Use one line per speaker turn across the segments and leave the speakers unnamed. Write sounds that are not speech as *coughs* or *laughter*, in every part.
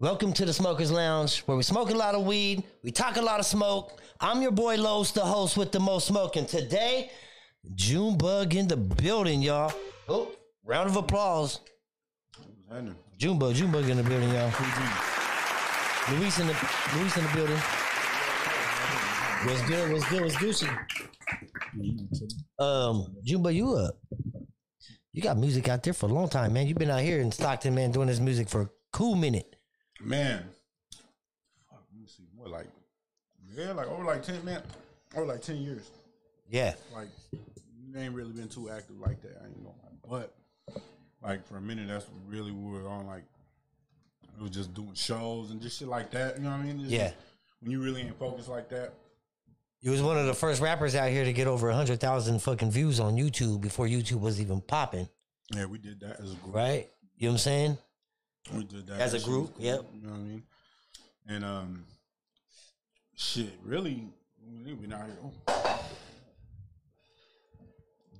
Welcome to the Smokers Lounge, where we smoke a lot of weed, we talk a lot of smoke. I'm your boy Los, the host with the most smoke, and today, Junebug in the building, y'all. Oh, round of applause. Junebug, Junebug in the building, y'all. Luis in the Luis in the building. What's good? What's good? What's Gucci? Um, Junebug, you up? You got music out there for a long time, man. You've been out here in Stockton, man, doing this music for a cool minute.
Man. Fuck, let me see. What like yeah, like over like ten man over like ten years.
Yeah.
Like you ain't really been too active like that. I ain't gonna lie. But like for a minute that's really what we were on like it was just doing shows and just shit like that. You know what I mean? It's
Yeah.
just- when you really ain't focused like that.
You was one of the first rappers out here to get over 100,000 fucking views on YouTube before YouTube was even popping,
Yeah, we did that as a group.
right? You know what I'm saying?
We did that
As a
shit
group,
was
yep.
You know what I mean? And um, shit, really, we've been out here. oh,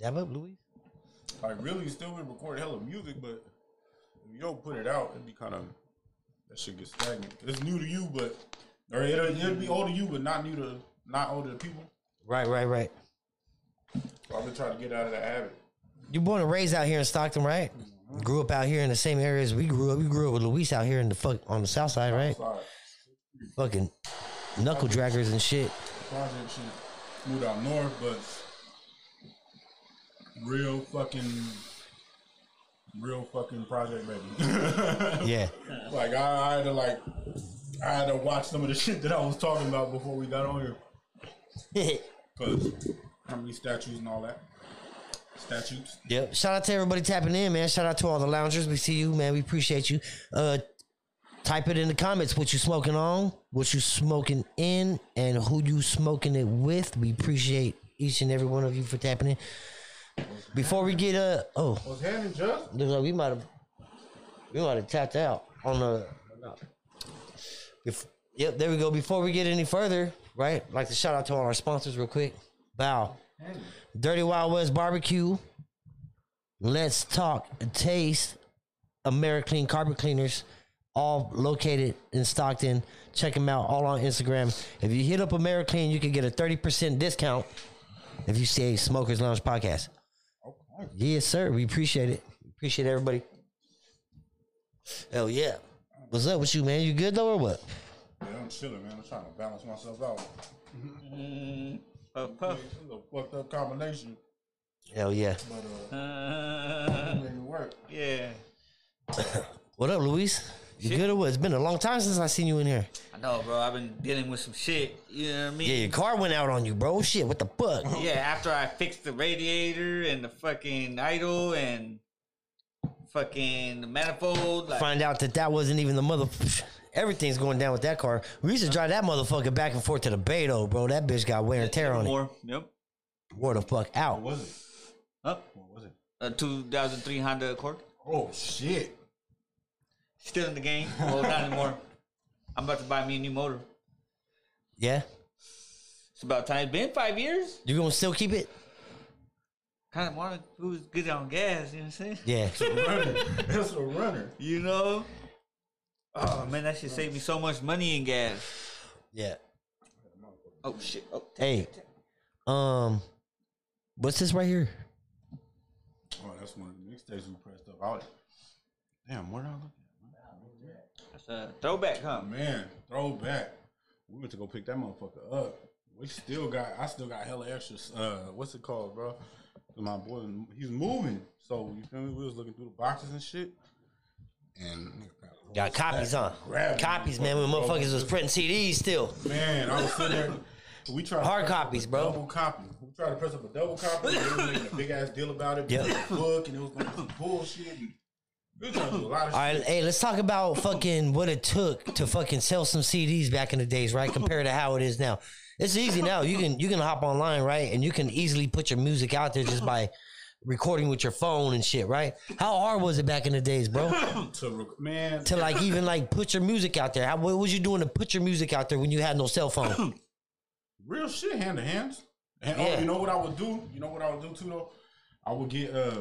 Dab up, Louis.
Like, really, still been recording hella music, but if you don't put it out, it'd be kind of that shit gets stagnant. It's new to you, but or it'll, it'll be old to you, but not new to not older to people.
Right, right, right.
So I've been trying to get out of that habit.
You born and raised out here in Stockton, right? Grew up out here in the same areas we grew up. You grew up with Luis out here in the fuck on the south side, right?
Sorry,
Fucking knuckle draggers and shit.
project shit moved out north, but real fucking, real fucking project baby.
Yeah. *laughs*
*laughs* Like I, I had to like I had to watch some of the shit that I was talking about before we got on here. Cause how many statues and all that. Statutes.
Yep. Shout out to everybody tapping in, man. Shout out to all the loungers. We see you, man. We appreciate you. Uh type it in the comments what you smoking on, what you smoking in, and who you smoking it with. We appreciate each and every one of you for tapping in. Before we get uh oh,
Was Hannon just?
look like we might have we might have tapped out on the if, Yep, there we go. Before we get any further, right? Like to shout out to all our sponsors real quick. Bow.
Hannon.
Dirty Wild West Barbecue. Let's talk taste. AmeriClean carpet cleaners, all located in Stockton. Check them out all on Instagram. If you hit up AmeriClean, you can get a thirty percent discount if you say Smokers Lounge Podcast.
Okay.
Yes, sir. We appreciate it. Appreciate everybody. Hell yeah. What's up with you, man? You good though or what?
Yeah, I'm chilling, man. I'm trying to balance myself out.
Puff
This
*laughs* puff.
is a fucked up combination,
Hell yeah.
but uh, it
Uh,
made it work.
yeah.
What up, Luis? You good or what? It's been a long time since I seen you in here.
I know, bro. I've been dealing with some shit. You know what I
Yeah,
mean?
your car went out on you, bro. Shit, what the fuck?
Yeah. after I fixed the radiator and the fucking idle and fucking the manifold, like,
Find out that that wasn't even the mother. Everything's going down with that car. We used to drive that motherfucker back and forth to the bay though, bro. That bitch got wear and tear on it.
more. Yep.
Wore the fuck
What
out.
was it?
Up.
What was it?
A 2003 Honda Accord.
Oh shit.
Still in
*laughs*
the game. Well, not anymore. I'm about to buy me a new motor.
Yeah,
It's about time. It's been five years.
you gonna still keep it?
Kind of wanted to was good on gas. You know what I'm saying?
Yeah,
Runner. *laughs* That's a runner.
You know. Oh man, that should save me so much money in gas.
yeah.
Oh shit. Oh,
Hey, um, what's this right here?
Oh, that's one of the mixtapes we pressed up out. Damn, where did I look at?
that's a throwback, huh?
Man, throwback. We went to go pick that motherfucker up. We still got, I still got hella extras. Uh, what's it called, bro? My boy, he's moving. So you feel me? We was looking through the boxes and shit. And
Got copies, huh?
Grab it,
Copies, man. When
motherfucker, bro.
motherfuckers was printing CDs still.
man, I was sitting there. We tried to
Hard
press up
copies,
a
bro.
Double copy. We tried to press up a double copy. They was making a big ass deal about it.
Yep.
Yeah. Book and it was going to be bullshit. And we was going to do a lot of
All
shit.
right, hey, let's talk about fucking what it took to fucking sell some CDs back in the days, right? Compared to how it is now. It's easy now. You can you can hop online, right? And you can easily put your music out there just by recording with your phone and shit, right? How hard was it back in the days, bro?
To rec- man,
To like even like put your music out there. How, what was you doing to put your music out there when you had no cell phone?
Real shit, hand to hands. And
Yeah.
oh, you know what I would do? You know what I would do too though? I would get uh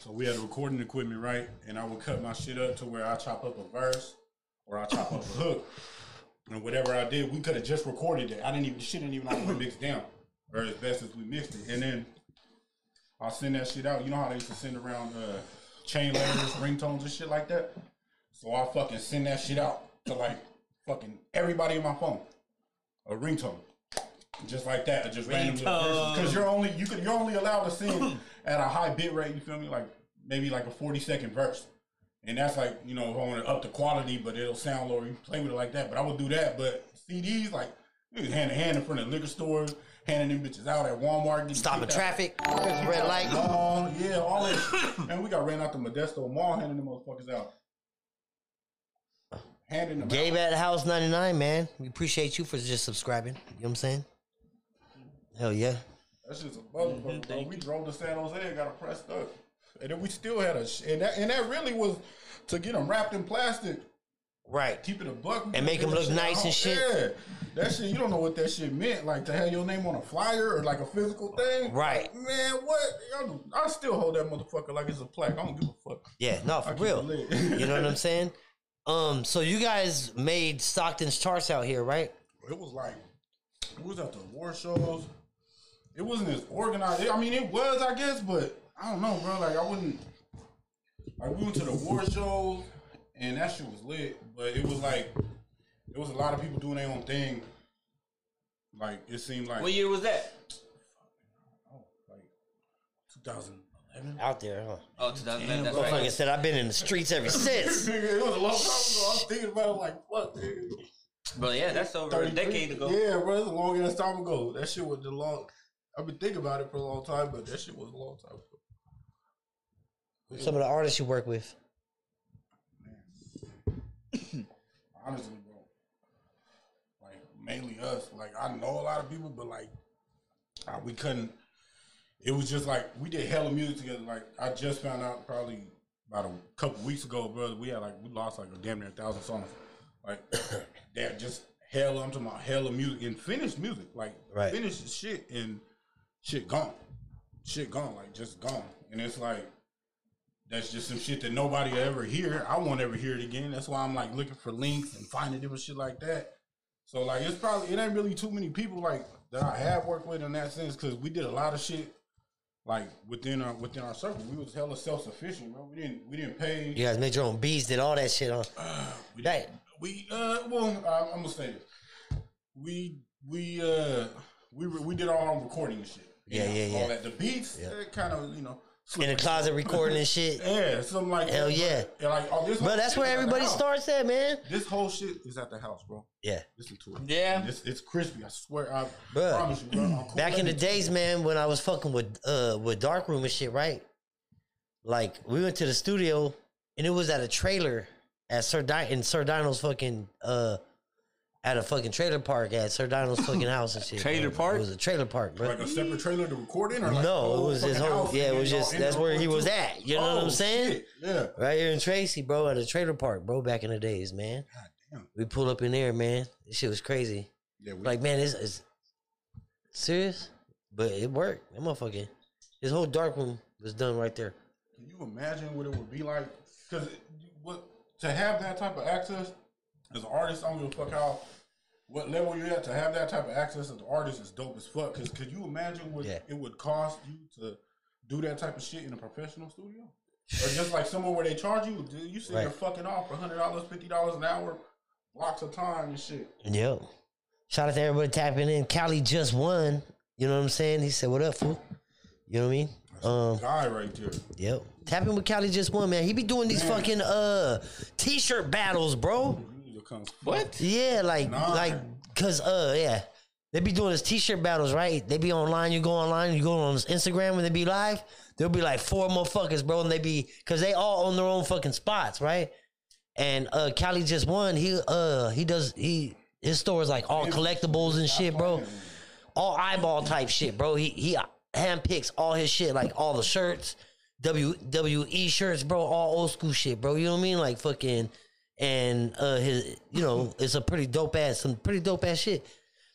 so we had recording equipment, right? And I would cut my shit up to where I chop up a verse or I chop up a hook. And whatever I did, we could have just recorded it. I didn't even shit didn't even have to mix down. Or as best as we mixed it. And then I'll send that shit out. You know how they used to send around uh, chain letters, ringtones and shit like that? So I fucking send that shit out to like fucking everybody in my phone. A ringtone. Just like that, or just random
Ringtone.
because you're only you could you're only allowed to sing at a high bit rate. You feel me? Like maybe like a forty second verse, and that's like you know if I want to up the quality, but it'll sound lower. You play with it like that, but I would do that. But CDs like niggas hand to hand in front of liquor stores, handing them bitches out at Walmart, getting
Stopping
kicked out.
traffic, red light.
Mall, yeah, all that. and we got ran out the Modesto Mall, handing them motherfuckers out. Handing them
Gabe at House 99, man. We appreciate you for just subscribing. You know what I'm saying? Hell yeah.
That's just a motherfucker. bro.
thank
we drove to San Jose and got it pressed up, and then we still had a sh- and that and that really was to get them wrapped in plastic,
Right.
keep it a buck, Oh,
And make 'em look nice and shit.
Yeah, that shit. You don't know what that shit meant, like to have your name on a flyer or like a physical thing,
Right.
man, what? Y'all- I still hold that motherfucker like it's a plaque. I don't give a fuck.
Yeah, no, for
keep
real.
it lit.
you know what
*laughs*
I'm saying? Um, so you guys made Stockton's charts out here, right?
It was like it was at the war shows. It wasn't as organized. I mean, it was, I guess, but I don't know, bro. Like I wouldn't. Like we went to the war shows, and that shit was lit. But it was like it was a lot of people doing their own thing. Like it seemed like
What year was that?
like 2011.
Out there, huh?
Oh, 2011. That's
Damn,
Like I
right.
said, I've been in the streets ever
*laughs*
since.
Nigga, *laughs* it was a long time ago. I was thinking about it like, fuck, nigga.
But yeah, that's over a
33.
decade ago.
Yeah, bro, it's a long ass time ago. That shit was the long. I've been thinking about it for a long time, but that shit was a long time ago.
Some of the artists you work with.
Honestly, bro. Like mainly us. Like I know a lot of people, but like I- we couldn't. It was just like we did hella music together. Like I just found out probably about a couple weeks ago, brother. We had like we lost like a damn near thousand songs. Like *coughs* that just hella. I'm talking about hella music and finished music. Like
Right.
finished shit and shit gone. Shit gone. Like just gone. And it's like that's just some shit that nobody will ever hear. I won't ever hear it again. That's why I'm like looking for links and finding different shit like that. So like it's probably it ain't really too many people like that I have worked with in that sense because we did a lot of shit like within our within our circle. We was hella self sufficient, bro. We didn't we didn't pay.
You guys made your own beats, did all that shit on.
We,
Right.
we uh well I, I'm gonna say this. We we uh we re- we did all our own recording and shit. You
Yeah,
know,
yeah,
all
yeah.
That. The beats that kind of you know
In the closet recording and shit.
yeah something like
Hell
that.
yeah.
And like all this
Bro,
whole
that's
shit
where
is at the
everybody
house.
starts at, man.
This whole shit is at the house, bro.
Yeah.
Listen to it.
Yeah.
It's, it's crispy. I swear. I
Bruh.
promise you, bro. I'll cook
Back in the
everything.
days, man, when I was fucking with uh with Dark Room and shit, right? Like we went to the studio and it was at a trailer at Sir Di- in Sir Dino's fucking uh at a fucking trailer park at Sir Dino's fucking house and shit.
Trailer
bro.
park?
It was a trailer park, bro.
Like a separate trailer to record in, or like the
no,
whole
it was his
fucking
whole
house
yeah,
and
it was
y'all
just
in the
that's where he
recording
was
too?
at. You know what
Oh,
I'm saying?
shit, Yeah.
Right here in Tracy, bro, at a trailer park, bro, back in the days, man.
damn.
We pull up in there, man. This shit was crazy.
Yeah. We,
Like, man, it's, it's serious, but it worked. That motherfucking his whole dark room was done right there.
can you imagine what it would be like? Because what to have that type of access as an artist, I don't give a fuck how. What level you're at to have that type of access as an artist is dope as fuck. Because could you imagine what
Yeah.
it would cost you to do that type of shit in a professional studio? or just like somewhere where they charge you, dude, you sit there
Right.
fucking off for hundred dollars, fifty dollars an hour, blocks of time and shit.
Yep. Shout out to everybody tapping in. Cali just won. You know what I'm saying? He said, "What up, fool?" You know what I mean? Um,
Guy right there.
yep. Tapping with Cali just won, man. He be doing these
Man.
fucking uh t-shirt battles, bro.
You need to come.
What?
Yeah, like
Nah.
like cause uh yeah. They be doing this t-shirt battles, right? They be online, you go online, you go on Instagram when they be live, there'll be like four motherfuckers, bro, and they be cause they all on their own fucking spots, right? And uh Cali just won. He uh he does he his store is like all collectibles and shit, bro. All eyeball type shit, bro. He he handpicks all his shit, like all the shirts, WWE shirts, bro, all old school shit, bro. You know what I mean? Like fucking and uh his you know, it's a pretty dope ass, some pretty dope ass shit.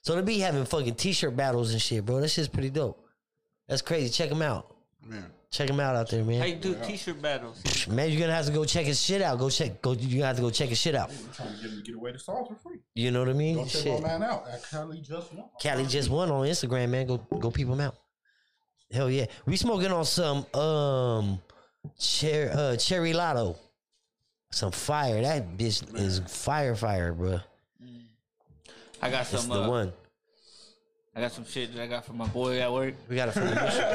So they be having fucking t shirt battles and shit, bro. That shit's pretty dope. That's crazy. Check him out.
Man.
Check him out out there,
How
man.
you do t-shirt battles?
Man, you're gonna have to go check his shit out. Go check. Go. You're gonna have to go check his shit out.
We're trying to get him to get away the sauce for free.
You know what I
Go
mean?
check
Shit.
my man out. I currently just won.
Cali just won on Instagram, man. Go go peep him out. Hell yeah. We smoking on some um cher- uh cherry lotto. Some fire. That bitch is fire fire, bruh.
I got
It's
some.
the
uh,
one.
I got some shit that I got from my boy at work.
We got it *laughs* from Michigan.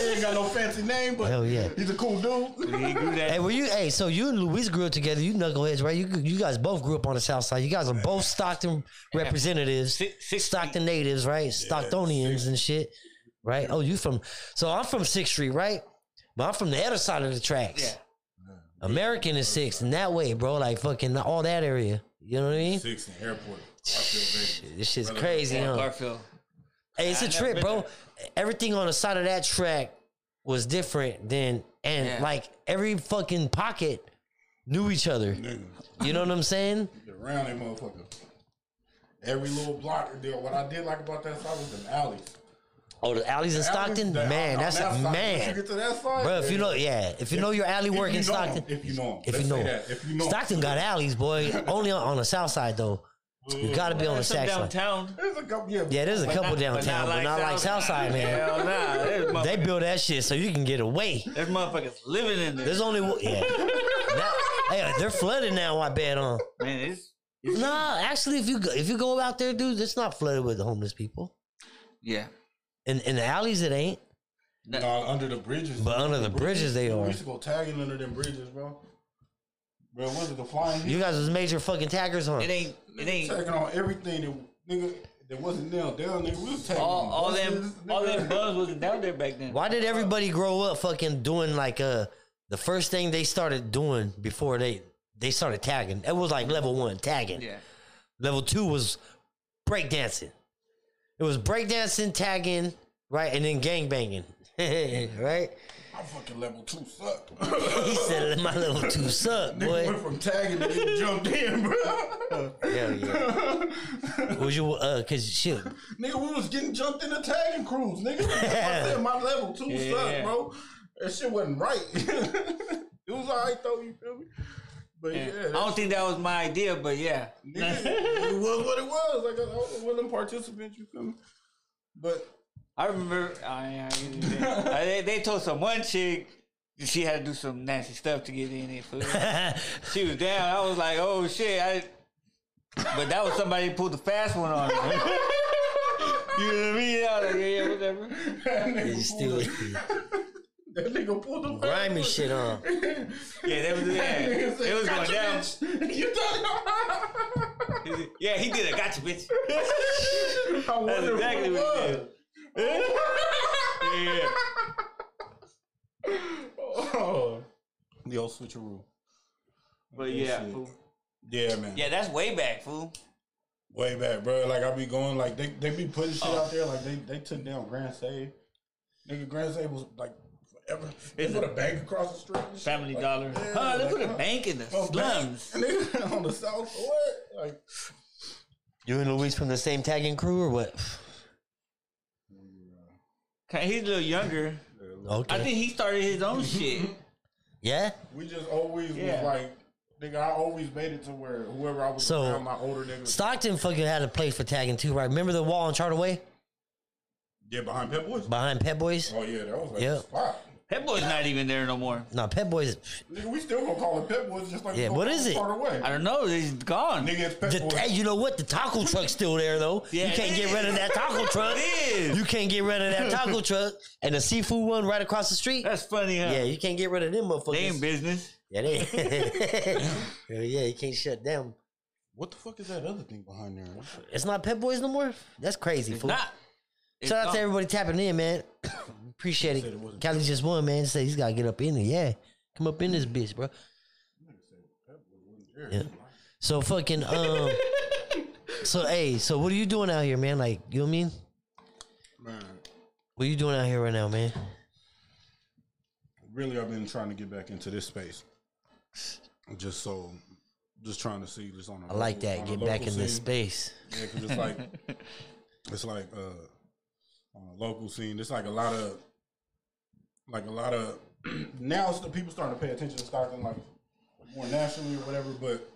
he ain't got no fancy name, but
Hell yeah.
he's a cool dude.
He grew that.
Hey, were you? Hey, so you and Luis grew up together. You knuckleheads, right? You you guys both grew up on the South Side. You guys are both Stockton representatives,
Si- six-
Stockton natives, right? Stocktonians and shit, right? Oh, you from? So I'm from Sixth Street, right? But I'm from the other side of the tracks.
Yeah.
American is six, and that way, bro, like fucking all that area. You know what I mean?
Six in airport. Garfield, Vegas.
This shit's crazy,
Yeah,
huh?
Garfield.
Hey, it's
I
a
never
trip,
been
bro. Everything on the side of that track was different than, and
Yeah.
like every fucking pocket knew each other.
Nigga.
You know what I'm saying?
Get around that motherfucker. Every little block. dude, What I did like about that side was them alleys.
Oh, the alleys in Stockton,
Alleys, the-
man,
on
that's
that
a
side, Once you
man,
get to that side,
bro. If you
yeah.
know, yeah, if you know your alley
if
work
you
in
know 'em,
Stockton,
if you know 'em.
if you
Let's
know,
say
'em.
that, if you know 'em.
Stockton got alleys,
*laughs*
boy. Only on, on the south side though. You gotta be on the
That's some
south side.
downtown.
there's a couple. Yeah,
Yeah, there's a couple
But not-
downtown, but not like south side, man.
Hell nah. There's
They
motherfuckers,
build that shit so you can get away.
there's motherfuckers living in there.
There's only one.
*laughs*
Yeah. Now- hey, they're flooded now. I bet on.
Man, it's
Nah, actually, if you go, if you go out there, dude, it's not flooded with homeless people.
yeah.
In in the alleys, it ain't.
Nah, under the bridges.
But under the bridges, they
We
are.
used to go tagging under them bridges, bro. Bro, was it the flying?
You
Hill?
guys was major fucking taggers on.
It ain't. It ain't.
tagging on everything that nigga that wasn't nailed down. Nigga, we was tagging
All,
on
all
buses,
them, all
nigga.
them bugs wasn't down there back then.
Why did everybody grow up fucking doing like uh the first thing they started doing before they they started tagging? It was like level one tagging.
Yeah.
Level two was breakdancing. It was breakdancing, tagging, right, and then gangbanging. *laughs* right?
My fucking level two sucked.
*laughs* He said my level two suck,
Nigga
*laughs*
boy.
went from tagging to getting jumped in, bro.
Hell yeah. Was you uh cause shit.
Nigga, we was getting jumped in the tagging cruise, nigga. I said my level two
Yeah.
sucked, bro. That shit wasn't right. *laughs* it was all right though, you feel me? But yeah,
Yeah. I
that
don't think that was my idea, but yeah.
nigga, it was what it was. Like I was one of them participants, you feel me? But
I remember I, I, I- they, they told some one chick that she had to do some nasty stuff to get in it. fool. she was down. I was like, oh shit. I, but that was somebody who pulled the fast one on. me. you know what I mean? I was like, yeah, yeah, whatever.
that nigga,
It's *laughs* still
*laughs*
pulled the- that nigga pulled the
grimy
*laughs*
shit on.
Yeah, that was yeah.
Nigga said,
It was going
"Gotcha,
down.
bitch." *laughs* You thought
Yeah, he did a gotcha, bitch.
I wonder
exactly
who it
what
was.
he did. Yeah.
Oh. The old switcheroo.
But yeah,
shit.
fool.
Yeah, man.
yeah, that's way back, fool.
Way back, bro. Like I be going, like they, they be putting shit
Oh.
out there. Like they, they took down Grand Save. Nigga, Grand Save was like forever. They
It's
put a
a-
bank across the street. and shit.
Family
Like,
Dollar.
yeah,
huh? They
like,
put a
huh?
bank in the
Oh, bank?
slums.
Nigga, *laughs* on the south. What? Like
You and Luis from the same tagging crew or what?
Okay, He's a little younger.
*sighs*
I
Okay.
think he started his own shit.
Yeah?
we just always
Yeah.
was like, nigga. I always made it to where whoever I was
So-
around, my older niggas.
Stockton fucking had a place for tagging too, right? Remember the wall on Charter Way
Yeah, behind Pep Boys.
behind Pet Boys?
Oh yeah, that was like
Yeah.
the spot.
That boy's not even there no more.
No, Pet Boys.
Nigga, we still gonna call it Pep Boys just like we
Yeah,
gonna
what
call
is it?
Far away.
I don't know. He's gone.
Nigga, it's Pep
The-
Boys.
hey, you know what? The taco truck's still there though.
Yeah,
you can't
it
get rid of that taco truck.
It is. *laughs*
You can't get rid of that taco truck and the seafood one right across the street.
That's funny, huh?
Yeah, you can't get rid of them motherfuckers.
they in business.
Yeah,
*laughs*
they. *laughs* Hell yeah, you can't shut them.
What the fuck is that other thing behind there?
It's not Pet Boys no more. That's crazy.
It's
Fool.
not. It's
Shout out to
gone.
everybody tapping in, man. *coughs* Appreciate
Said it
it.
wasn't-
Cali just won, man. Say he's gotta get up in it. Yeah, come up in this bitch, bro. Yeah. So fucking
*laughs*
um. so hey, so what are you doing out here, man? Like you know what I mean?
Man,
What are you doing out here right now, man?
really, I've been trying to get back into this space. Just so, just trying to see just on. a
I like
local-
that.
on a
Get
local
back in this
scene.
space.
Yeah, 'cause it's like
*laughs*
it's like uh, on a local scene. It's like a lot of like a lot of *clears throat* now it's the people starting to pay attention to Stockton like more nationally or whatever, but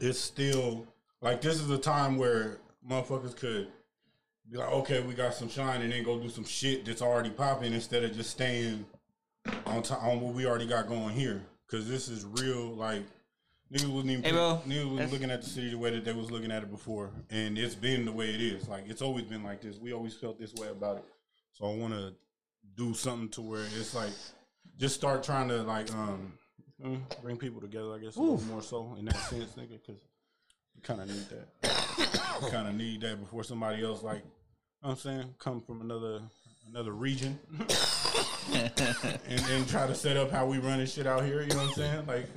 it's still like this is a time where motherfuckers could be like, okay, we got some shine, and then go do some shit that's already popping instead of just staying on to on what we already got going here. Cause this is real, like niggas wasn't even
Hey, bro.
niggas wasn't
That's-
looking at the city the way that they was looking at it before, and it's been the way it is. Like it's always been like this. We always felt this way about it. So I want to do something to where it's like just start trying to like um mm, bring people together. I guess a little more so in that sense, nigga, because you kind of need that. you kind of need that before somebody else like. You know what I'm saying, come from another another region, and, and try to set up how we running shit out here. You know what I'm saying? Like,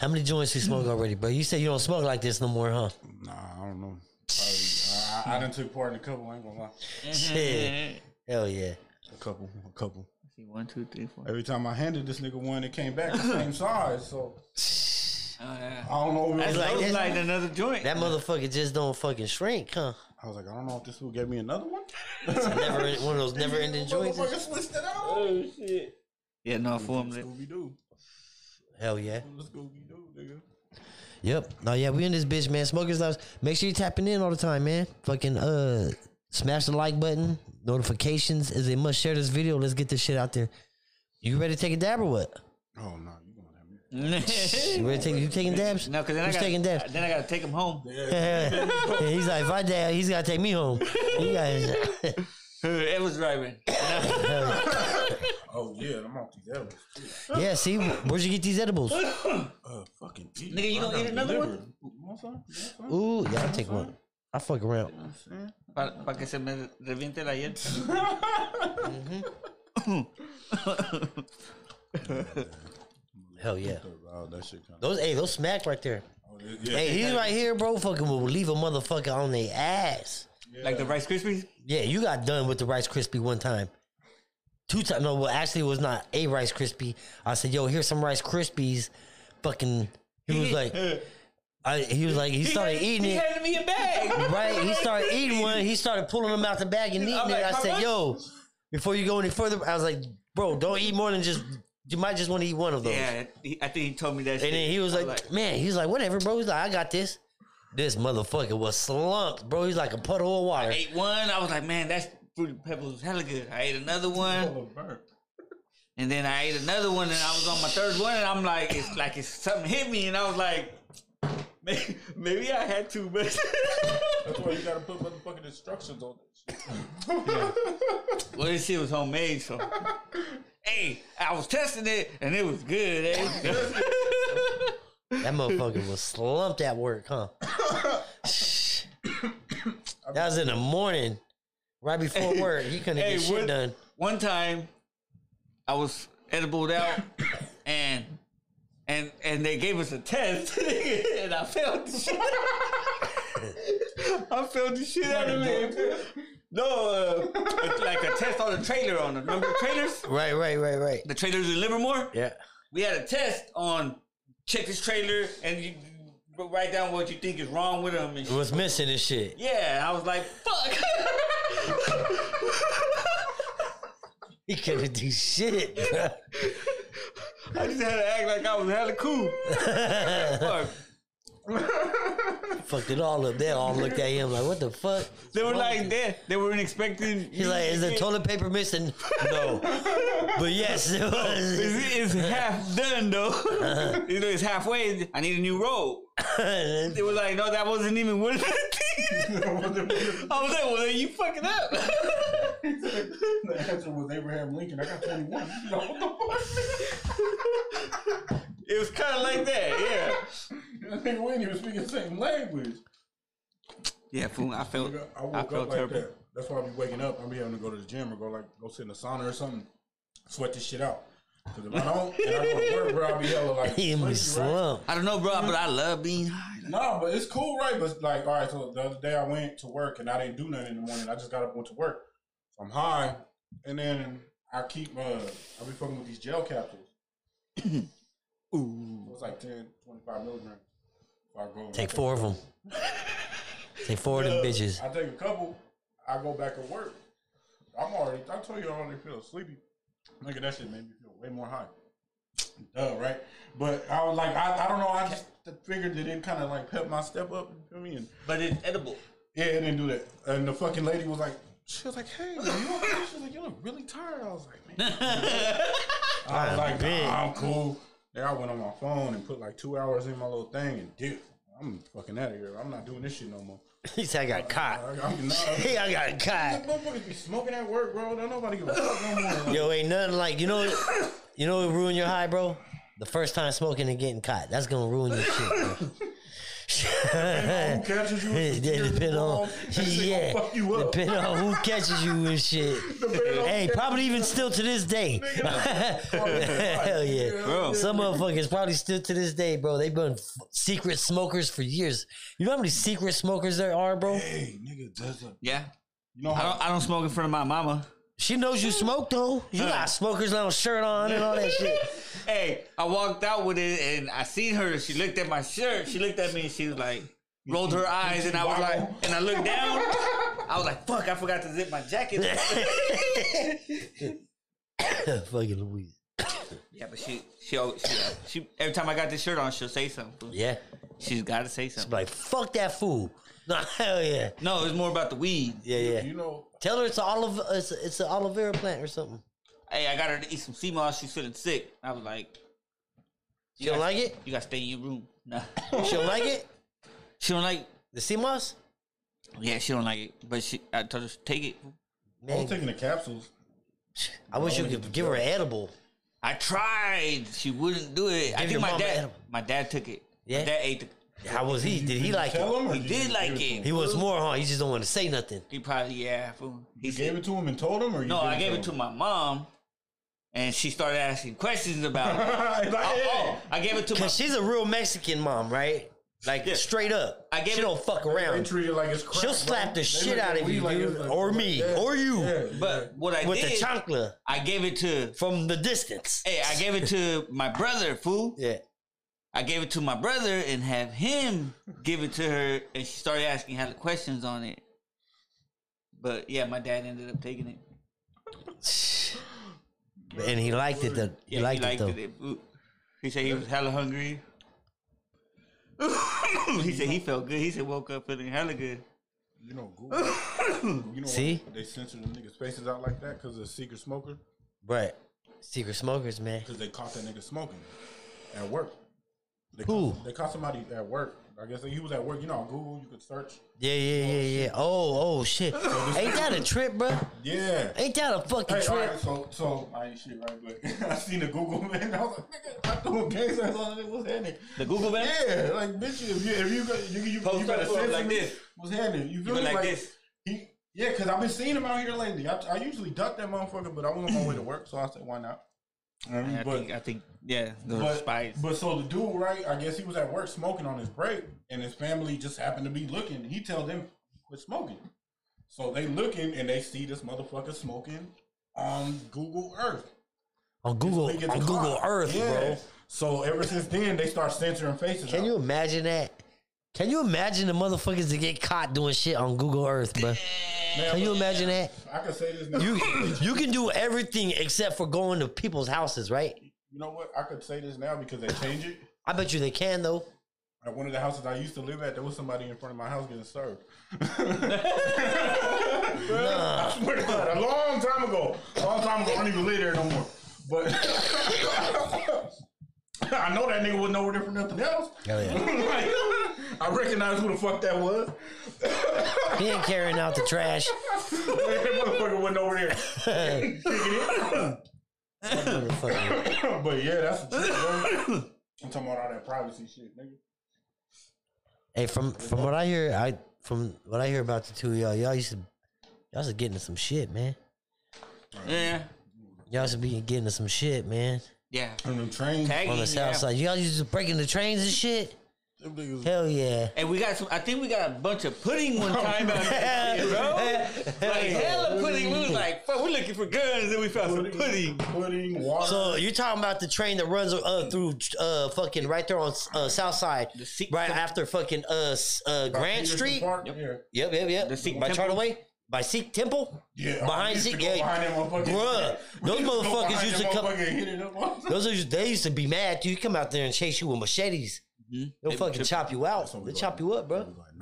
How many joints you smoke already, bro? You say you don't smoke like this no more, huh?
nah, I don't know. Probably, I, I, I done took part in a couple. I ain't gonna lie,
Uh-huh.
Shit. Hell yeah.
a couple, a couple.
See, one, two, three, four.
Every time I handed this nigga one, it came back the same size. So
Oh, yeah.
I don't know. If it
That's
was
like-
like,
it's-
like another joint.
That motherfucker just don't fucking shrink, huh?
I was like, I don't know if this fool gave me another one.
Never end- one of those never ending joints.
Motherfucker switched it out.
oh shit. Yeah, no, I formed *laughs* it.
Scooby Doo,
Hell yeah.
Scooby Doo, nigga.
Yep. Oh yeah, we in this bitch, man. Smokers Lounge. Make sure you tapping in all the time, man. Fucking uh, smash the like button. Notifications is a must. Share this video. Let's get this shit out there. You ready to take a dab or what?
Oh no, you gonna have me.
You ready to take? You taking dabs?
no, because then I
Who's
got
taking dabs?
then I gotta take him home.
Yeah, he's like, if I dab, he's gotta take me home. You guys,
it was driving. *laughs*
Oh yeah, I'm off these edibles. too.
*laughs* yeah. See, where'd you get these edibles?
Uh, fucking
Nigga, you gonna eat another
one? You want some? You want some?
Ooh, yeah, I'll take one. I fuck around.
Para, para que se me reviente la hiel.
Hell yeah.
Oh, that shit kind of.
Those, hey, those smack right there.
Oh, yeah,
Hey, he's right here, bro. Fucking will leave a motherfucker on their ass.
Like the Rice Krispies?
Yeah, you got done with the Rice Krispie one time. Two times. No, well, actually, it was not a Rice Krispie. I said, yo, here's some Rice Krispies. Fucking, he was like, I, he was like, he started eating
he
it.
handed me a bag.
*laughs* Right? He started eating one. He started pulling them out the bag and eating
I'm
it.
like,
I
how
said,
much?
yo, before you go any further, I was like, bro, don't eat more than just, you might just want to eat one of those.
Yeah, he, I think he told me that shit.
And then he was
I
like, man, he was like, whatever, bro. He's like, I got this. This motherfucker was slumped, bro. He's like a puddle of water.
ate one. I was like, man, that's fruity pebbles was hella good. I ate another one.
Full of burp.
And then I ate another one, and I was on my third one, and I'm like, it's like it's something hit me, and I was like, maybe, maybe I had too much.
That's why you gotta put motherfucking instructions on that shit.
*laughs* well, this shit was homemade, so hey, I was testing it, and it was good. Eh? *laughs*
That motherfucker was slumped at work, huh? that was in the morning, right before work. He couldn't
hey,
get shit
what-
done.
one time, I was edibled out, and and and they gave us a test, *laughs* and I failed the shit. *laughs* I failed the shit out of it. No, uh, like a test on a trailer on them. Remember the trailers?
Right, right, right, right.
The trailers in Livermore?
Yeah.
We had a test on check this trailer and you write down what you think is wrong with them and shit.
Was missing and shit.
Yeah, I was like, fuck. *laughs*
He couldn't do shit. *laughs* bro.
I just had to act like I was hella cool. fuck.
Fucked it all up. They all looked at him like, what the fuck?
They were like that. They weren't expecting.
He's like, is the toilet paper missing? No. But yes, it was.
It's, it's half done though. you know, it's halfway. I need a new robe. They were like, no, that wasn't even one of the things. *laughs* I was like, well, then you fucking
*laughs*
up. *laughs*
the answer was Abraham Lincoln. I got 21. You know, *laughs* what
it was kind of like that, yeah.
the fuck? *laughs* Nigga, we ain't even speaking the same language.
Yeah, fool, I felt,
Nigga, I
I,
woke up
felt
like
terrible.
that. That's why I be waking up. I be having to go to the gym or go like go sit in the sauna or something. Sweat this shit out. Because if I don't, and I go to work, bro, I be hella
*laughs*
like.
He
sweaty,
was
right?
slumped.
I don't know, bro, but I love being high.
Nah, but it's cool, right? But like, all right. So the other day I went to work and I didn't do nothing in the morning. I just got up and went to work. So I'm high, and then I keep uh, I be fucking with these gel capsules. Ooh, so it's like 10, 25 milligrams. If I go,
Take four of them. Take four of them bitches.
I take a couple. I go back to work. I'm already. I told you I already feel sleepy. Nigga, that shit made me feel way more high. Duh, right? But I was like, I, I don't know. I just figured that it kind of like pep my step up. You feel me? And
But it's edible.
yeah, it didn't do that. And the fucking lady was like, she was like, hey, you okay? She was like, you look really tired. I was like, man. I was like, nah, I'm cool. Then I went on my phone and put like two hours in my little thing and dip. I'm fucking out of here. I'm not doing this shit no more.
He said I got caught.
Like, I'm not.
*laughs* Hey, I got caught.
Motherfuckers be smoking at work, bro. Don't nobody give a fuck no more.
Yo, ain't nothing like you know. You know what ruin your high, bro? The first time smoking and getting caught. That's gonna ruin your shit.
*laughs*
Bro.
*laughs* Who catches you?
It depend *laughs* on
That shit
yeah,
gonna fuck you up.
depend on who catches you and shit.
*laughs* on
hey,
who
probably even still to this day. *laughs* Hell yeah,
Bro.
Some motherfuckers probably still to this day, bro. They've been f- secret smokers for years. You know how many secret smokers there are, bro?
Hey, nigga, that's a.
Yeah.
You know
I
how
don't I don't smoke in front of my mama.
She knows you smoke though. You got a smokers little shirt on and all that shit.
*laughs*
*laughs*
Hey, I walked out with it and I seen her. She looked at my shirt. She looked at me and she was like, rolled her eyes. And I was like, and I
*laughs*
looked down. I was like, fuck, I forgot to zip my jacket.
Fucking Louise.
yeah, but she, she, always, she, she, every time I got this shirt on, she'll say something.
Yeah.
She's got to say
I'm
something.
like, fuck that fool. *laughs* No, hell yeah.
No, it's more about the weed.
Yeah, yeah.
you know?
Tell her it's an olive it's it's an aloe vera plant or something.
Hey, I got her to eat some sea moss. She's feeling sick. I was like,
She don't like it?
you got to stay in your room.
*laughs*
No.
She don't like it?
she don't like
The sea moss?
Yeah, she don't like it. But she, I told her, take it.
I was
Man,
taking the capsules.
I wish you could give her an edible.
I tried. She wouldn't do it. I
Give
think
your
my
mama
dad.
edible.
My dad took it.
Yeah?
My dad ate. The,
How was he? Did he like
Tell
it?
him or
he
you
did
just
like
give to him?
it.
He was more, huh? He just don't want to say nothing.
He probably yeah. fool. He
You gave
said,
it to him and told him, or you
no, I
didn't
gave it to
tell
my mom, and she started asking questions about.
*laughs*
it.
He's *laughs* like,
oh,
yeah.
oh, I gave it to my.
Cause she's a real Mexican mom, right? Like
Yeah.
straight up.
I gave
she
it-
don't fuck
They
around.
treat it like it's crap.
She'll slap the
bro. They
shit
look at
out of
weed
you,
it's
dude, or me, or you.
But what I
With the
did,
chancla
I gave it to.
from the distance.
Hey, I gave
*laughs*
it to my brother, fool.
Yeah. *sighs*
I gave it to my brother and have him give it to her, and she started asking hella questions on it. But yeah, my dad ended up taking it.
And he liked it though. He
Yeah,
liked, it though.
it. Ooh. He said he was hella hungry. *laughs* he said he felt good. He said woke up feeling hella good.
You know,
*laughs*
Google. you know
See?
why they censor the niggas' faces out like that because of secret smoker.
But secret smokers, man.
because they caught that nigga smoking at work. They
Who?
Caught, they caught somebody at work. I guess he was at work. You know, on Google, you could search.
Yeah, yeah, yeah, yeah. Oh, oh shit. Ain't that a trip, bro?
Yeah.
Ain't that a fucking
Hey, all
trip?
right, so, so, I ain't shit, right? But *laughs* I seen the Google man. I was like, nigga, I threw a case ass on it. What's happening?
The Google man?
Yeah, like, bitch, if you, if you, got- you, you, you,
Post
you better
up to him
send
like
like me
this.
What's happening? You feel
went
me?
like this.
He, yeah, because I've been seeing him out here lately. I, I usually duck that motherfucker, but I was on my way to work, so I said, why not? You know what I mean?
I
But-
think I think yeah, those
But,
spies.
but so the dude, right? I guess he was at work smoking on his break, and his family just happened to be looking. He tell them quit smoking. So they looking and they see this motherfucker smoking on Google Earth.
On Google,
They get
on
caught.
Google Earth,
Yeah.
bro.
So ever since then, they start censoring faces.
Can
out.
you imagine that? Can you imagine the motherfuckers that get caught doing shit on Google Earth, bro?
Man,
Can you
look,
imagine that?
I can say this. Now.
You
You,
you can do everything except for going to people's houses, right?
know what? I could say this now because they change it.
I bet you they can though.
At one of the houses I used to live at, there was somebody in front of my house getting served. *laughs* I swear to God, a long time ago. A long time ago. I don't even live there no more. But *laughs* I know that nigga was nowhere there for nothing else.
Hell yeah.
*laughs* Like, I recognize who the fuck that was. *laughs*
He ain't carrying out the trash. *laughs*
that motherfucker wasn't over there.
Motherfucker.
*coughs* but yeah, that's the truth, bro. I'm talking about all that privacy shit, nigga.
Hey, from from what I hear, I from what I hear about the two of y'all, y'all used to y'all used to get into some shit, man.
yeah,
Y'all used to be getting into some shit, man.
yeah.
And them trains.
Tagging,
On the
yeah.
south side, y'all used to breaking the trains and shit.
Them niggas.
Hell yeah.
And we got some. I think we got a bunch of pudding one time out *laughs* there, bro.
*laughs*
Like hella pudding. We was like, fuck, we're looking for guns, and we found some pudding.
Pudding, water.
So you're talking about the train that runs uh, through uh, fucking right there on uh, South Side,
The seat-
right after fucking uh, s- uh, Grant
Peterson
Street.
Park, Yeah.
Yep, yep, yep.
The seat
By
temple.
Charter Way. by Sikh Temple.
Yeah,
Behind
I used to
Zeke,
go
yeah.
Behind that motherfucker.
Bruh,
We
those
go
motherfuckers
behind
used
that
to come-
motherfucker and hit it up on-
Those are just, they used to be mad. Dude, you come out there and chase you with machetes. They'll
They be
fucking
tripping.
chop you out.
So we
They
go-
chop you up, bro.
It was like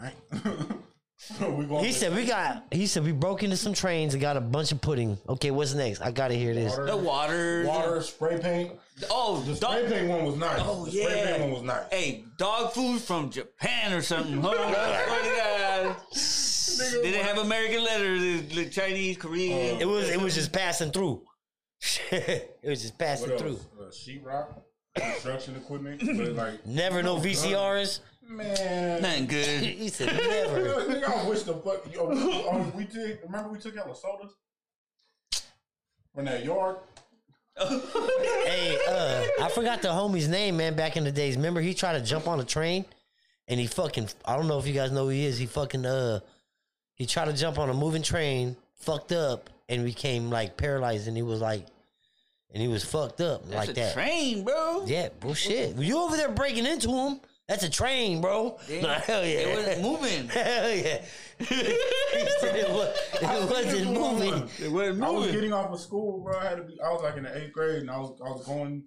night. so *laughs* we going
He said we got. He said we broke into some trains and got a bunch of pudding. Okay, what's next? I gotta hear this.
The water.
water spray paint.
Oh,
The
dog.
spray paint one was nice.
Oh,
the spray
yeah.
paint one was nice.
Hey, dog food from Japan or something. Hold on, swear to God. They didn't have American letters. It's li- Chinese, Korean.
It was. It was just passing through. *laughs* it was just
what
passing
else?
through.
Uh, sheetrock, construction equipment, but
*laughs*
like
Never no VCRs.
man.
*laughs*
Nothing good.
He said never.
*laughs* Nigga, I wish the fuck. Yo, oh, we did. Remember we took out the sodas from that yard.
*laughs* hey, uh, I forgot the homie's name, man. Back in the days, remember he tried to jump on a train, and he fucking. I don't know if you guys know who he is. He fucking. Uh, he tried to jump on a moving train, fucked up, and became like paralyzed, and he was like, and he was fucked up
That's
like
a
that.
train, bro.
Yeah, bro, shit. Well, you over there breaking into him? That's a train, bro.
Yeah.
Nah, hell yeah.
It wasn't
*laughs*
moving.
Hell yeah. He said it, was, it wasn't moving.
It wasn't
I was
moving.
getting off of school, bro. I had to be. I was like in the eighth grade, and I was I was going.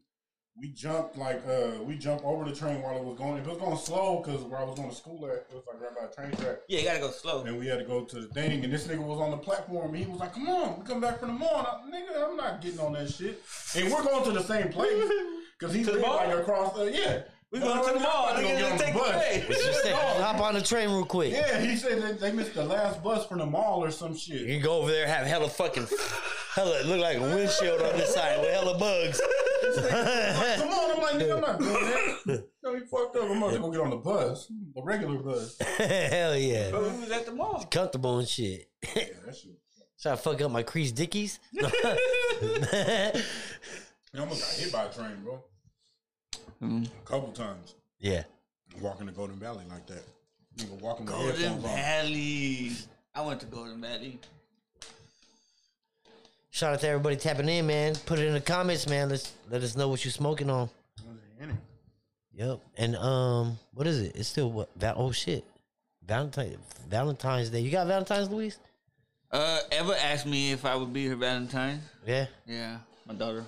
We jumped like uh we jumped over the train while it was going. It was going slow because where I was going to school at, it was like right by the train track.
Yeah, you gotta go slow.
And we had to go to the thing, and this nigga was on the platform. And he was like, "Come on, we come back from the mall." And I, nigga, I'm not getting on that shit. And we're going to the same place
*laughs*
because he's
To the
lived,
mall?
like across the yeah.
We going to the mall.
I'm not gonna
Nigga,
get on
just
the
take the
bus.
train.
Just said, hop on the train real quick.
*laughs* Yeah, he said that they missed the last bus from the mall or some shit.
You go over there, have hella fucking, hella, it look like a windshield on this side with hella bugs. *laughs*
Come on, I'm like, nigga, I'm not doing that. No, he fucked up. I'm about to go get on the bus, the regular bus. Yeah,
hell yeah.
Bro, we was at the mall.
Comfortable and shit.
that shit.
Try to fuck up my crease dickies. *laughs*
He almost got hit by a train, bro.
Mm-hmm.
A couple times
yeah.
walking to Golden Valley like that. Nigga walking with
Golden
headphones on.
Valley. I went to Golden Valley.
Shout out to everybody tapping in, man. Put it in the comments, man. Let's let us know what you're smoking on. Yep. And um, what is it? It's still what? Val- oh shit, Valentine Valentine's Day. You got Valentine's, Luis?
Uh, ever asked me if I would be her Valentine's?
Yeah.
Yeah, my daughter.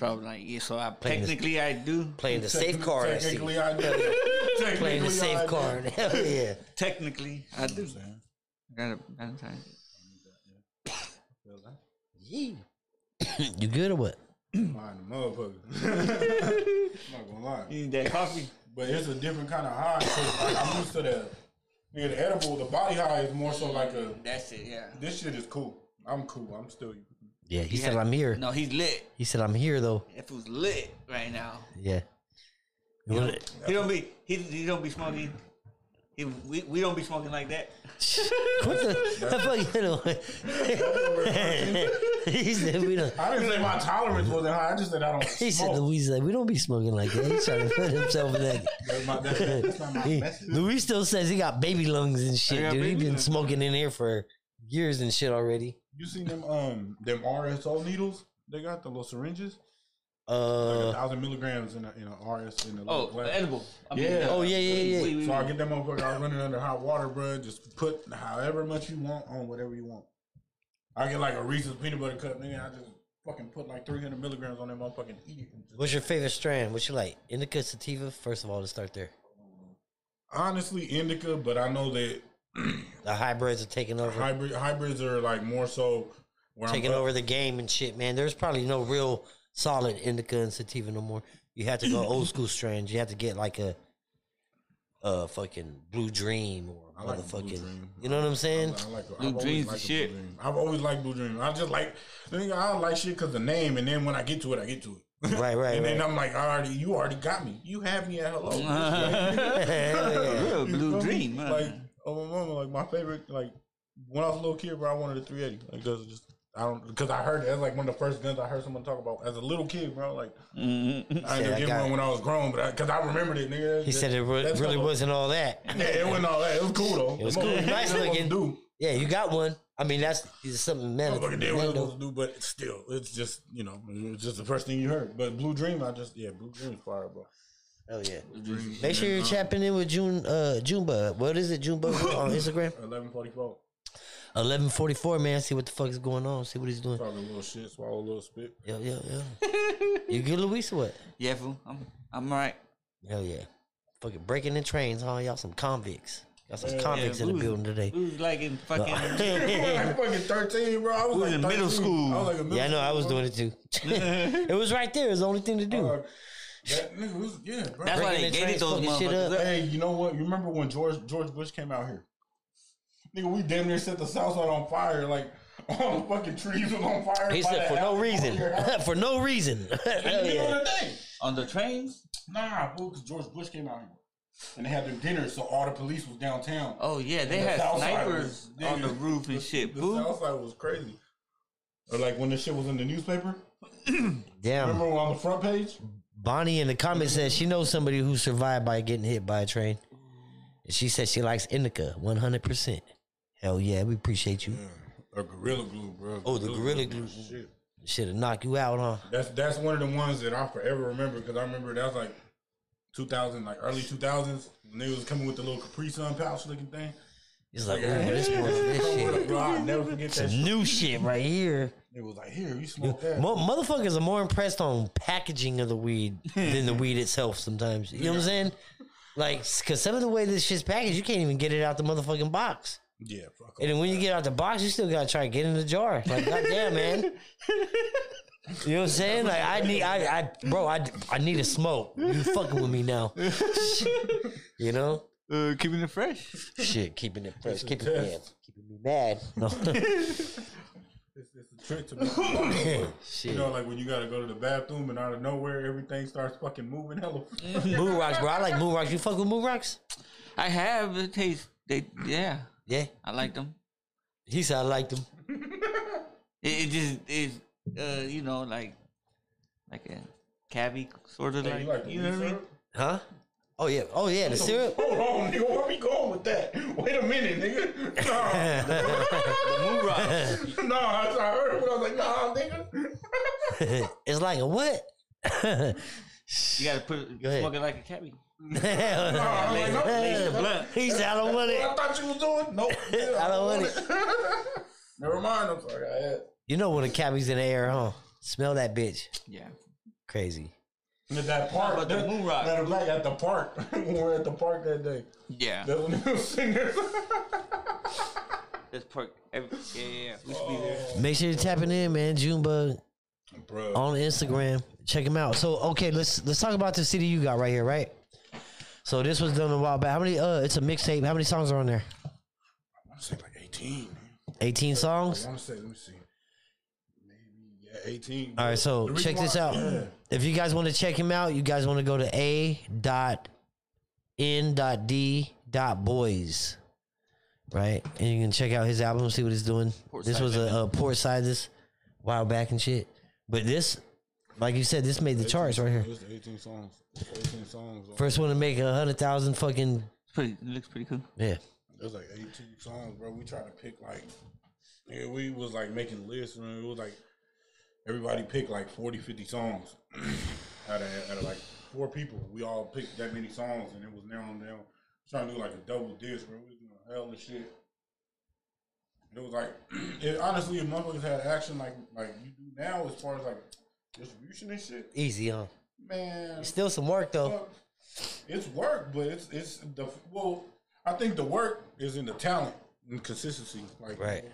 So I was like, yeah. So I
Playing this-
technically I do.
Playing the safe card. I see.
Technically, I
*laughs*
did.
Playing
Technically,
the
I
safe
did.
card. *laughs* Hell yeah.
Technically I do.
Damn.
I got a Valentine's.
Yee. you good or what?
Mind the motherfucker. *laughs* I'm not gonna lie.
You need that coffee.
But it's a different kind of high. 'cause, Like, I'm used to the, nigga, the edible, the body high is more so like a,
That's it. Yeah.
this shit is cool. I'm cool. I'm still you.
Yeah. He
Yeah.
said I'm here.
No, he's lit.
He said I'm here though.
If it was lit right now,
Yeah. You *laughs* wanna-
he don't be he, he don't be smoking. He, we, we don't be smoking like that.
What *laughs* the, the fuck you doing? *laughs* he said we don't.
I didn't say my tolerance wasn't high. I just said I
*laughs*
don't
He said
smoke.
Luis like we don't be smoking like that. He's trying to put himself in that.
That's my-
*laughs*
that's- that's not my
He,
message.
Luis still says he got baby lungs and shit,
got
dude. He
baby
been
lungs.
smoking in here for years and shit already.
You seen them um them RSO needles? They got the little syringes, like a
Uh,
thousand milligrams in a, in a RS in a little
Oh,
glass.
edible. I
Yeah.
Oh, yeah, yeah, yeah.
we- we-
So I get that motherfucker out running under hot water, bro. Just put however much you want on whatever you want. I get like a Reese's peanut butter cup, nigga. I just fucking put like 300 milligrams on that motherfucker and eat it. And just-
what's your favorite strand? What you like? Indica, sativa. First of all, let's start there.
Honestly, indica, but I know that
The hybrids are taking over,
hybrid hybrids are like more so where
taking
I'm up-
over the game and shit, man. There's probably no real solid indica and sativa no more. You have to go old
*laughs*
school strands. You have to get like a, a fucking blue dream or
like Blue
motherfucking.
Dream.
You know what I'm saying?
I like, I've
Blue
always
Dream's
liked
the
the Blue
shit.
Dream. I've always liked Blue Dream. I just like, nigga, I like shit because the name, and then when I get to it, I get to it. *laughs*
Right, right,
and
right.
then I'm like, I already, you already got me. You have me at
*laughs*
hello. *laughs*
Real
You
blue
feel me?
dream. huh?
Like, oh my mama, like my favorite, like when I was a little kid, bro, I wanted a 380. Like, that's just I don't because I heard it. That's like one of the first guns I heard someone talk about as a little kid, bro. Like,
Mm-hmm.
I
Said,
didn't
"I
get
got
one
it."
when I was grown, but because I, remembered it,
*laughs*
nigga.
He said it re-
That's
really
how-
wasn't all that.
*laughs* Yeah, it wasn't all that. It was cool though.
It was cool. Nice looking.
Dude.
Yeah, you got one. I mean, that's it's something man.
Motherfucker did what it was supposed
Nintendo.
to do, but it's still, it's just you know, it's just the first thing you heard. But Blue Dream, I just yeah, Blue Dream is fire, bro.
Hell yeah.
Blue Dream,
Make sure you're
um,
chapping in with June uh Junebug. What is it, Junebug on Instagram?
1144.
eleven forty four, man. See what the fuck is going on. See what he's doing.
Talking a little shit, swallow a little
*laughs*
spit.
Yo, yo, yo. you good, Luis? Or what?
Yeah, fool. I'm I'm all right.
Hell yeah. Fucking breaking the trains, huh? Y'all some convicts. Y'all some convicts in the
Louis-
building today.
Who's like in
*laughs*
fucking
I was fucking 13, bro. I was
We
like
was in middle
13.
school.
I was like a middle
yeah, I know. I was
school,
doing it too. *laughs* it was right there. It was the only thing to do.
bro. Uh, That nigga was, yeah, bro.
That's why
Breaking
they
the
gated
trains,
those
fucking shit
motherfuckers.
up.
up.
Hey, you know what? You remember when George George Bush came out here? Nigga, we damn near set the South Side on fire. Like *laughs* all the fucking trees was on fire.
He
by
said
the
for no
house-
reason. *laughs*
your house."
for no reason. *laughs* Hell
Middle
yeah.
of the day.
On the trains?
Nah, fool, 'cause George Bush came out here. And they had their dinner, so all the police was downtown.
Oh yeah, they
The
had
South Side
snipers
was-
on the
nigga,
roof and
the-
shit.
The
Boo.
South Side was crazy. Or like when the shit was in the newspaper.
Damn.
Remember when on the front page?
Bonnie in the comments says she knows somebody who survived by getting hit by a train. And she said she likes indica 100%. Hell yeah. We appreciate you.
Or Gorilla Glue, bro.
Oh, the Gorilla Glue.
Shit.
Should have knocked you out, huh?
That's that's one of the ones that I forever remember because I remember that was like 2000, like early 2000s. When they was coming with the little Capri Sun pouch looking thing.
It's like, oh, this one, this shit.
Bro, I'll never forget that shit.
New shit right here.
It was like, here, you smoke that.
Mo- motherfuckers are more impressed on packaging of the weed than the weed itself sometimes. You know what I'm saying? Like, because some of the way this shit's packaged, you can't even get it out the motherfucking box.
Yeah, fuck
And
off.
then when you get out the box, you still gotta try to get in the jar. Like, goddamn, man. You know what I'm saying? Like, I need, I, I, bro, I, I need a smoke. You fucking with me now? you know?
Uh, keeping it fresh.
Shit, keeping it fresh, keeping
test.
yeah, keeping me mad. No.
It's, it's a trick to
*laughs*
me. *laughs* you
Shit.
know, like when you gotta go to the bathroom and out of nowhere, everything starts fucking moving. *laughs* Hello.
Moon rocks, bro. I like moon rocks. You fuck with moon rocks?
I have the taste. They yeah,
Yeah.
I like them.
He said I liked them.
It, it just is uh, you know like like a cabbie sort of
Hey,
like,
you like the
you know
weed
what I mean.
syrup?
Huh? Oh yeah. Oh yeah. *laughs* The syrup.
Hold on, nigga. Where we going with that? Wait a minute, *laughs* nigga. No.
Moon rocks.
*laughs* no, I, I heard it, but I was like, nah, nigga. *laughs*
it's like a what? *laughs*
You gotta put
Go ahead.
smoke it like a cabbie.
I was like, no,
Lace the blunt.
he said I don't want it.
I thought you was doing. Nope.
*laughs* I don't want it.
Never mind. I'm sorry. I had.
You know when a cabbie's in the air, huh? Smell that bitch.
Yeah.
Crazy.
At that park,
But the
that-
moon rock.
matter of fact, at the park, *laughs* we were at the park that day.
Yeah.
That's when they was sitting there.
That's pork. Every, yeah, yeah, yeah. We should be there.
Make sure you're tapping in, man. Junebug
Bro,
on Instagram. Check him out. So okay, let's let's talk about the CD you got right here, right? So this was done a while back. How many? Uh, it's a mixtape. How many songs are on there?
I say like 18.
18 songs.
I want to say, let me see. Maybe yeah, 18.
All right, so
The reason
check this
why-
out.
*clears throat*
If you guys want to check him out, you guys want to go to a dot n dot d dot boys, right? And you can check out his album, see what he's doing. this was a, a port side this while back and shit, but this, like you said, this made the charts right here.
It was the 18 songs. 18 songs. on-
First one to make a hundred thousand fucking
It's pretty, it looks pretty cool.
yeah.
There's like 18 songs, bro. We tried to pick like, yeah, we was like making lists, man. It was like everybody picked like 40, 50 songs *clears throat* out of, out of like four people. We all picked that many songs, and it was narrowing down. Trying to do like a double disc, bro. We was doing hell and shit. It was like, *clears throat* it, honestly, if motherfuckers had action like like you do now, as far as like distribution and shit,
Easy, huh?
man,
Still some work though.
fuck. It's work, but it's it's the well. I think the work is in the talent and consistency, like
Right.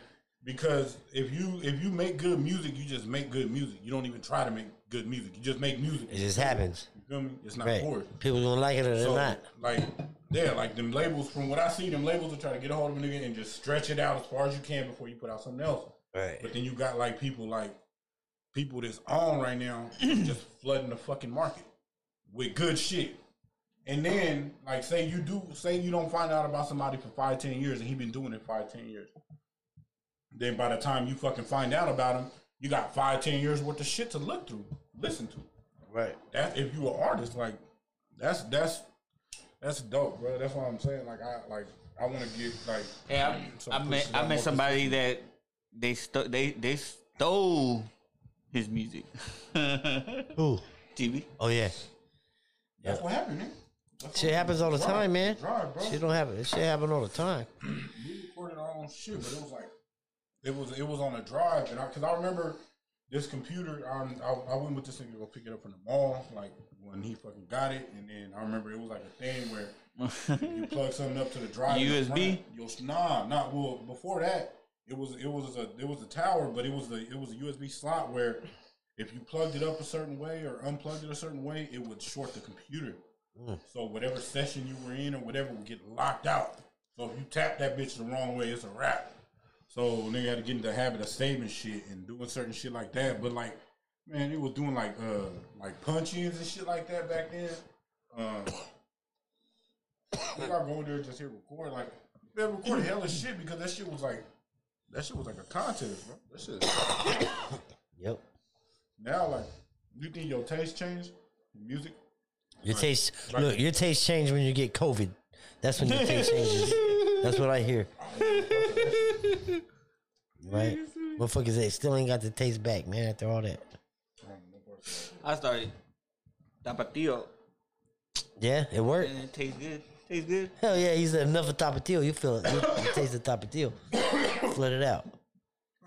Because if you if you make good music, you just make good music. You don't even try to make good music. You just make music.
It just happens,
You feel me? It's not
right?
forced.
People gonna like it or they're
So,
not.
Like yeah, like them labels. From what I see, them labels will try to get a hold of a nigga and just stretch it out as far as you can before you put out something else.
Right.
But then you got like people like people that's on right now *clears throat* just flooding the fucking market with good shit. And then like say you do say you don't find out about somebody for five, ten years and he been doing it five, ten years. Then by the time you fucking find out about him, you got five, ten years worth of shit to look through, listen to.
Right.
That if you an artist, like that's that's that's dope, bro. That's what I'm saying. Like I like I wanna get like
Yeah, I, I
some
met
pussy
I
out
met
more
somebody that they sto- they they stole his music. *laughs*
Who?
TV.
Oh yeah.
That's what happened, man. That's
Shit
what-
happens all the
Drive,
time, man.
drive, bro.
Shit don't happen. Shit happen all the time.
we recorded our own shit, but it was like It was it was on a drive, and because I, remember this computer, um, I, I went with this nigga to go pick it up from the mall, like when he fucking got it, and then I remember it was like a thing where you plug something up to the drive. in the
USB?
front, You'll, s- nah, not well. Before that, it was it was a it was a tower, but it was a it was a USB slot where if you plugged it up a certain way or unplugged it a certain way, it would short the computer. So whatever session you were in or whatever would get locked out. So if you tap that bitch the wrong way, it's a wrap. So nigga had to get into the habit of saving shit and doing certain shit like that. But like, man, it was doing like uh like punch-ins and shit like that back then. Um, I go in there and just hit record like man, record *laughs* hella shit because that shit was like that shit was like a contest, bro. That shit.
Yep.
*laughs* Now, like, you think your taste changed in music?
Your taste look, your taste change when you get COVID. That's when your taste changes. That's what I hear. Right? Motherfuckers they still ain't got the taste back, man, after all that.
I started tapatio,
Yeah, it worked.
and it tastes good. Tastes good.
Hell yeah, he said enough of tapatio. You feel it. You, you taste the tapatio. Let it out.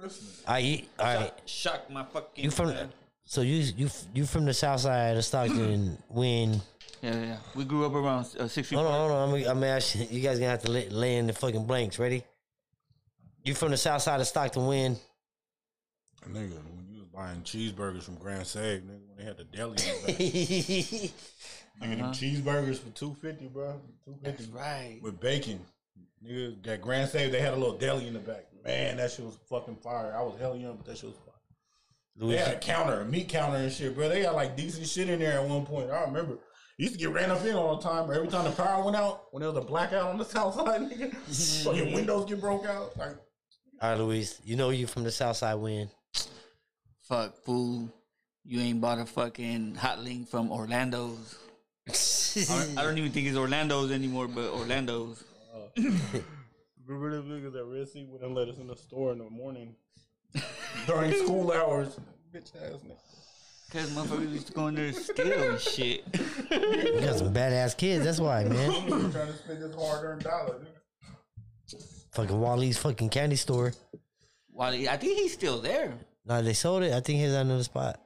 Listen,
I eat. All right.
Shock my fucking.
You from
uh,
so you you you from the south side of Stockton when
Yeah, yeah. We grew up around uh, six feet.
hold on hold on I'm, gonna- I'm gonna ask you, you guys gonna have to lay, lay in the fucking blanks ready you from the south side of Stockton *laughs* when
nigga, when you was buying cheeseburgers from Grand Save, nigga, when they had the deli, in the back. Uh-huh.
yeah
nigga, them cheeseburgers for two fifty, bro, two fifty,
Right.
with bacon. Nigga, that Grand Save, they had a little deli in the back. Man, that shit was fucking fire. I was hell young, but that shit was fire. They had a counter, a meat counter and shit, bro. They got like decent shit in there at one point. I remember. Used to get ran up in all the time. Every time the power went out, when there was a blackout on the *laughs* south side, nigga, fucking windows get broke out. Like,
all right Luis you know you from the south side when
Fuck fool. You ain't bought a fucking hot link from Orlando's. I don't, I don't even think it's Orlando's anymore, but Orlando's.
Remember them niggas at Red Sea wouldn't let us in the store in the morning *laughs* during school hours. Bitch ass nigga.
Cause motherfuckers used to go in there and steal *laughs* and shit.
*laughs* you got some badass kids that's why man
trying to spend this hard earned dollar, nigga.
fucking Wally's fucking candy store
While he, I think he's still there.
no they sold it I think he's on another spot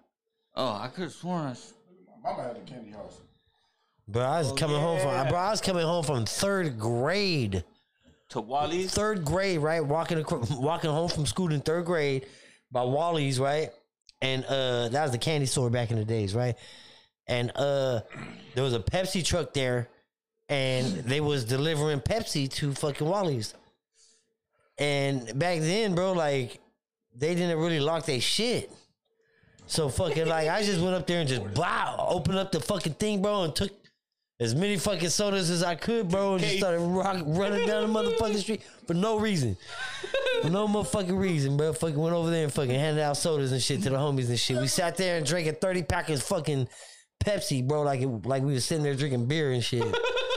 Oh, I could have sworn. I s-
My mama had a candy house.
bro I was coming home from bro I was coming home from third grade
To Wally's.
third grade, right? Walking across, *laughs* walking home from school in third grade by Wally's, right? And uh that was the candy store back in the days, right? And uh there was a Pepsi truck there and they was delivering Pepsi to fucking Wally's. And back then, bro, like they didn't really lock their shit. So fucking like I just went up there and just wow, opened up the fucking thing, bro, and took as many fucking sodas as I could, bro, and just
Okay.
started rock, running down the motherfucking street for no reason. For no motherfucking reason, bro. Fucking went over there and fucking handed out sodas and shit to the homies and shit. We sat there and drank a 30 pack of fucking Pepsi, bro, like it, like we was sitting there drinking beer and shit. *laughs*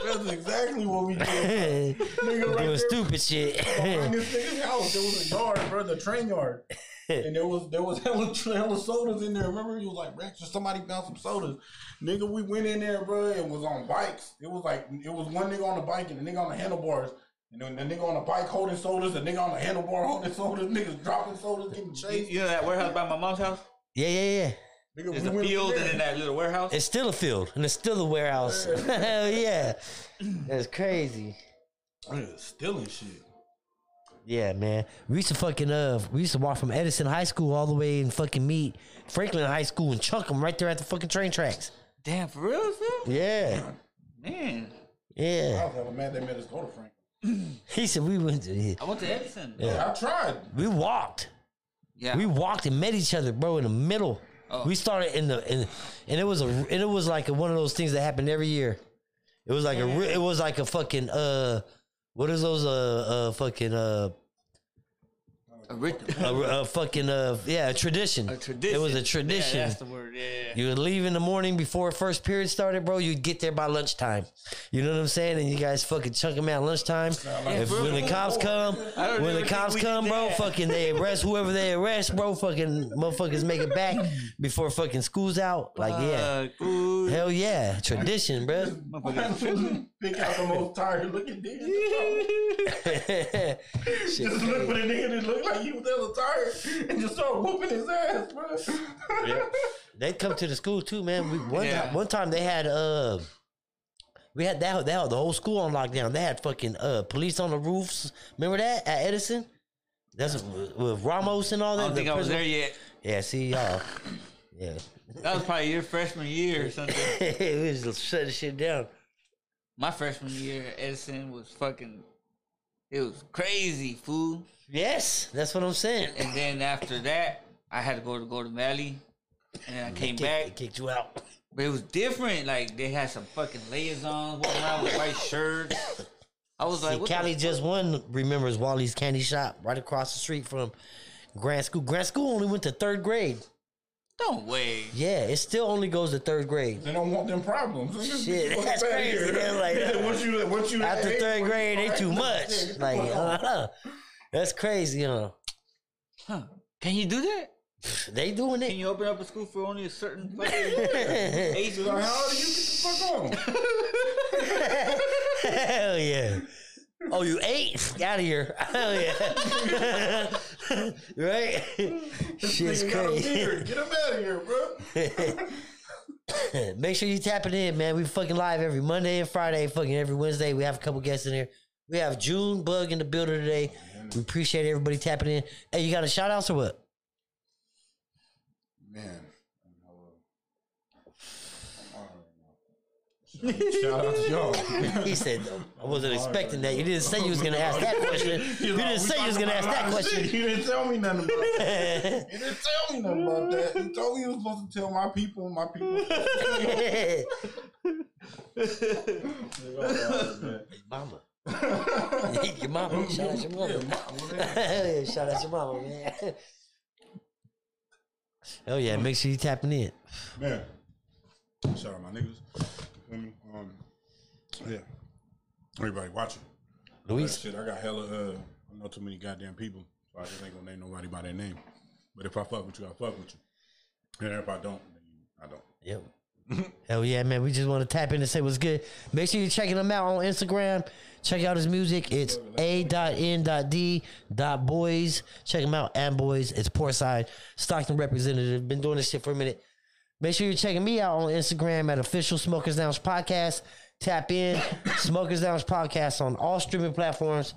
That's exactly what we did.
Doing
Nigga, right there.
stupid shit. *laughs*
*laughs*
Behind this nigga's house, there was a yard, bro, the train yard, and there was there was *laughs* hella, hella sodas in there. Remember, he was like, "Rex, just somebody found some sodas." Nigga, we went in there, bro. It was on bikes. It was like it was one nigga on the bike and a nigga on the handlebars, and then the nigga on the bike holding sodas, the nigga on the handlebar holding sodas, *laughs* niggas dropping sodas, getting chased.
You know that warehouse by my mom's house?
yeah, yeah, yeah.
Nigga,
There's
we
a
went in
field and
there.
then that little warehouse.
It's still a field and it's still a warehouse. *laughs* Hell yeah. That's crazy.
Nigga, stealing shit.
Yeah, man. We used to fucking uh we used to walk from Edison High School all the way and fucking meet Franklin High School and chuck them right there at the fucking train tracks.
Damn, for real, fool?
Yeah.
Man,
I
Yeah.
was hella mad they made us go to Frank.
He said we went to
I went to Edison.
I
*laughs*
tried. *laughs*
we walked.
Yeah.
We walked and met each other, bro, in the middle.
Oh.
We started in the in, and it was a and it was like a, one of those things that happened every year. It was like a re- it was like a fucking uh what is those uh uh fucking uh
a, rich,
a, a fucking uh yeah a tradition.
a tradition.
It was a
Yeah,
tradition.
that's the word. Yeah, yeah.
you would leave in the morning before first period started, bro. You'd get there by lunchtime. You know what I'm saying? And you guys fucking chunk them out lunchtime. if,
bro.
when the cops come,
I don't
when the
remember
cops
we did
come, bro,
that.
fucking they arrest whoever they arrest, bro. Fucking motherfuckers make it back before fucking school's out. Like, yeah.
Fuck, fool.
Hell yeah. Tradition, bro. *laughs*
Motherfucker.
pick out the most tired looking nigga. in
*laughs*
the room.
*laughs* Shit.
Just look for the nigga that looked like he was hella tired and just start whooping his ass, bro.
They come to the school too, man. We, one
Yeah.
time, one time they had uh, we had that that the whole school on lockdown. They had fucking uh police on the roofs. Remember that at Edison? That's with, with Ramos and all
I
that.
don't think
the
I was there
prison-
yet.
Yeah, see y'all. Yeah, *laughs*
That was probably your freshman year or something.
we was just shutting shit down.
My freshman year, at Edison was fucking. It was crazy, fool.
Yes, that's what I'm saying.
And then after that, I had to go to Golden Valley, and then I came
Kick-
back.
kicked you out.
But it was different. Like they had some fucking liaisons walking around with white shirts. I was like,
See,
what
Cali
the
just one remembers Wally's Candy Shop right across the street from Grand School. Grand School only went to third grade.
don't wait.
Yeah, it still only goes to third grade.
They don't want them problems.
Shit, that's crazy. They're like,
once you, once you
After
hey,
third
once
grade,
you-
they too
Yeah,
much. Like,
come on.
uh, that's crazy, huh?
Huh? Can you do that?
They doing
Can
it.
you open up a school for only a certain
*laughs*
*laughs*
fucking age?
Like, how do you get the fuck on?
Hell yeah. Oh, you ate? Out of here. *laughs* Hell yeah. *laughs* right? Shit's
Nigga got a
crazy.
beard. Get him out of here, bro.
*laughs* Make sure you tap it in, man. We fucking live every Monday and Friday, fucking every Wednesday. We have a couple guests in here. We have June Bug in the building today. We appreciate everybody tapping in. Hey, you got a shout outs or what?
Man. Shout out to y'all.
He said, *laughs* I wasn't expecting that. You didn't say you was going to ask that question. *laughs* You didn't say you was going to ask that question.
You didn't tell me nothing about that. You didn't tell me nothing about that. You told me you was supposed to tell my people, my people.
mama. *laughs* your mama. Shout out your mama. *laughs* Shout out your mama, man. Hell yeah, make sure you tapping in.
Man. Shout out my niggas. You feel me? Um, yeah. Everybody watching. Like,
Luis.
shit, I got hella. Uh, I know too many goddamn people, so I just ain't gonna name nobody by their name. But if I fuck with you, I fuck with you. And if I don't, then I don't.
Yep. Hell yeah, man. We just want to tap in and say what's good. Make sure you're checking him out on Instagram. Check out his music. It's a.n.d.boys. Check him out. And boys. It's Portside. Stockton representative. Been doing this shit for a minute. Make sure you're checking me out on Instagram at official Smokers Lounge Podcast. Tap in. *coughs* Smokers Lounge Podcast on all streaming platforms.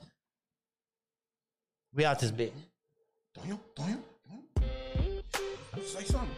We out this bit.
Damn, damn, damn. Say something.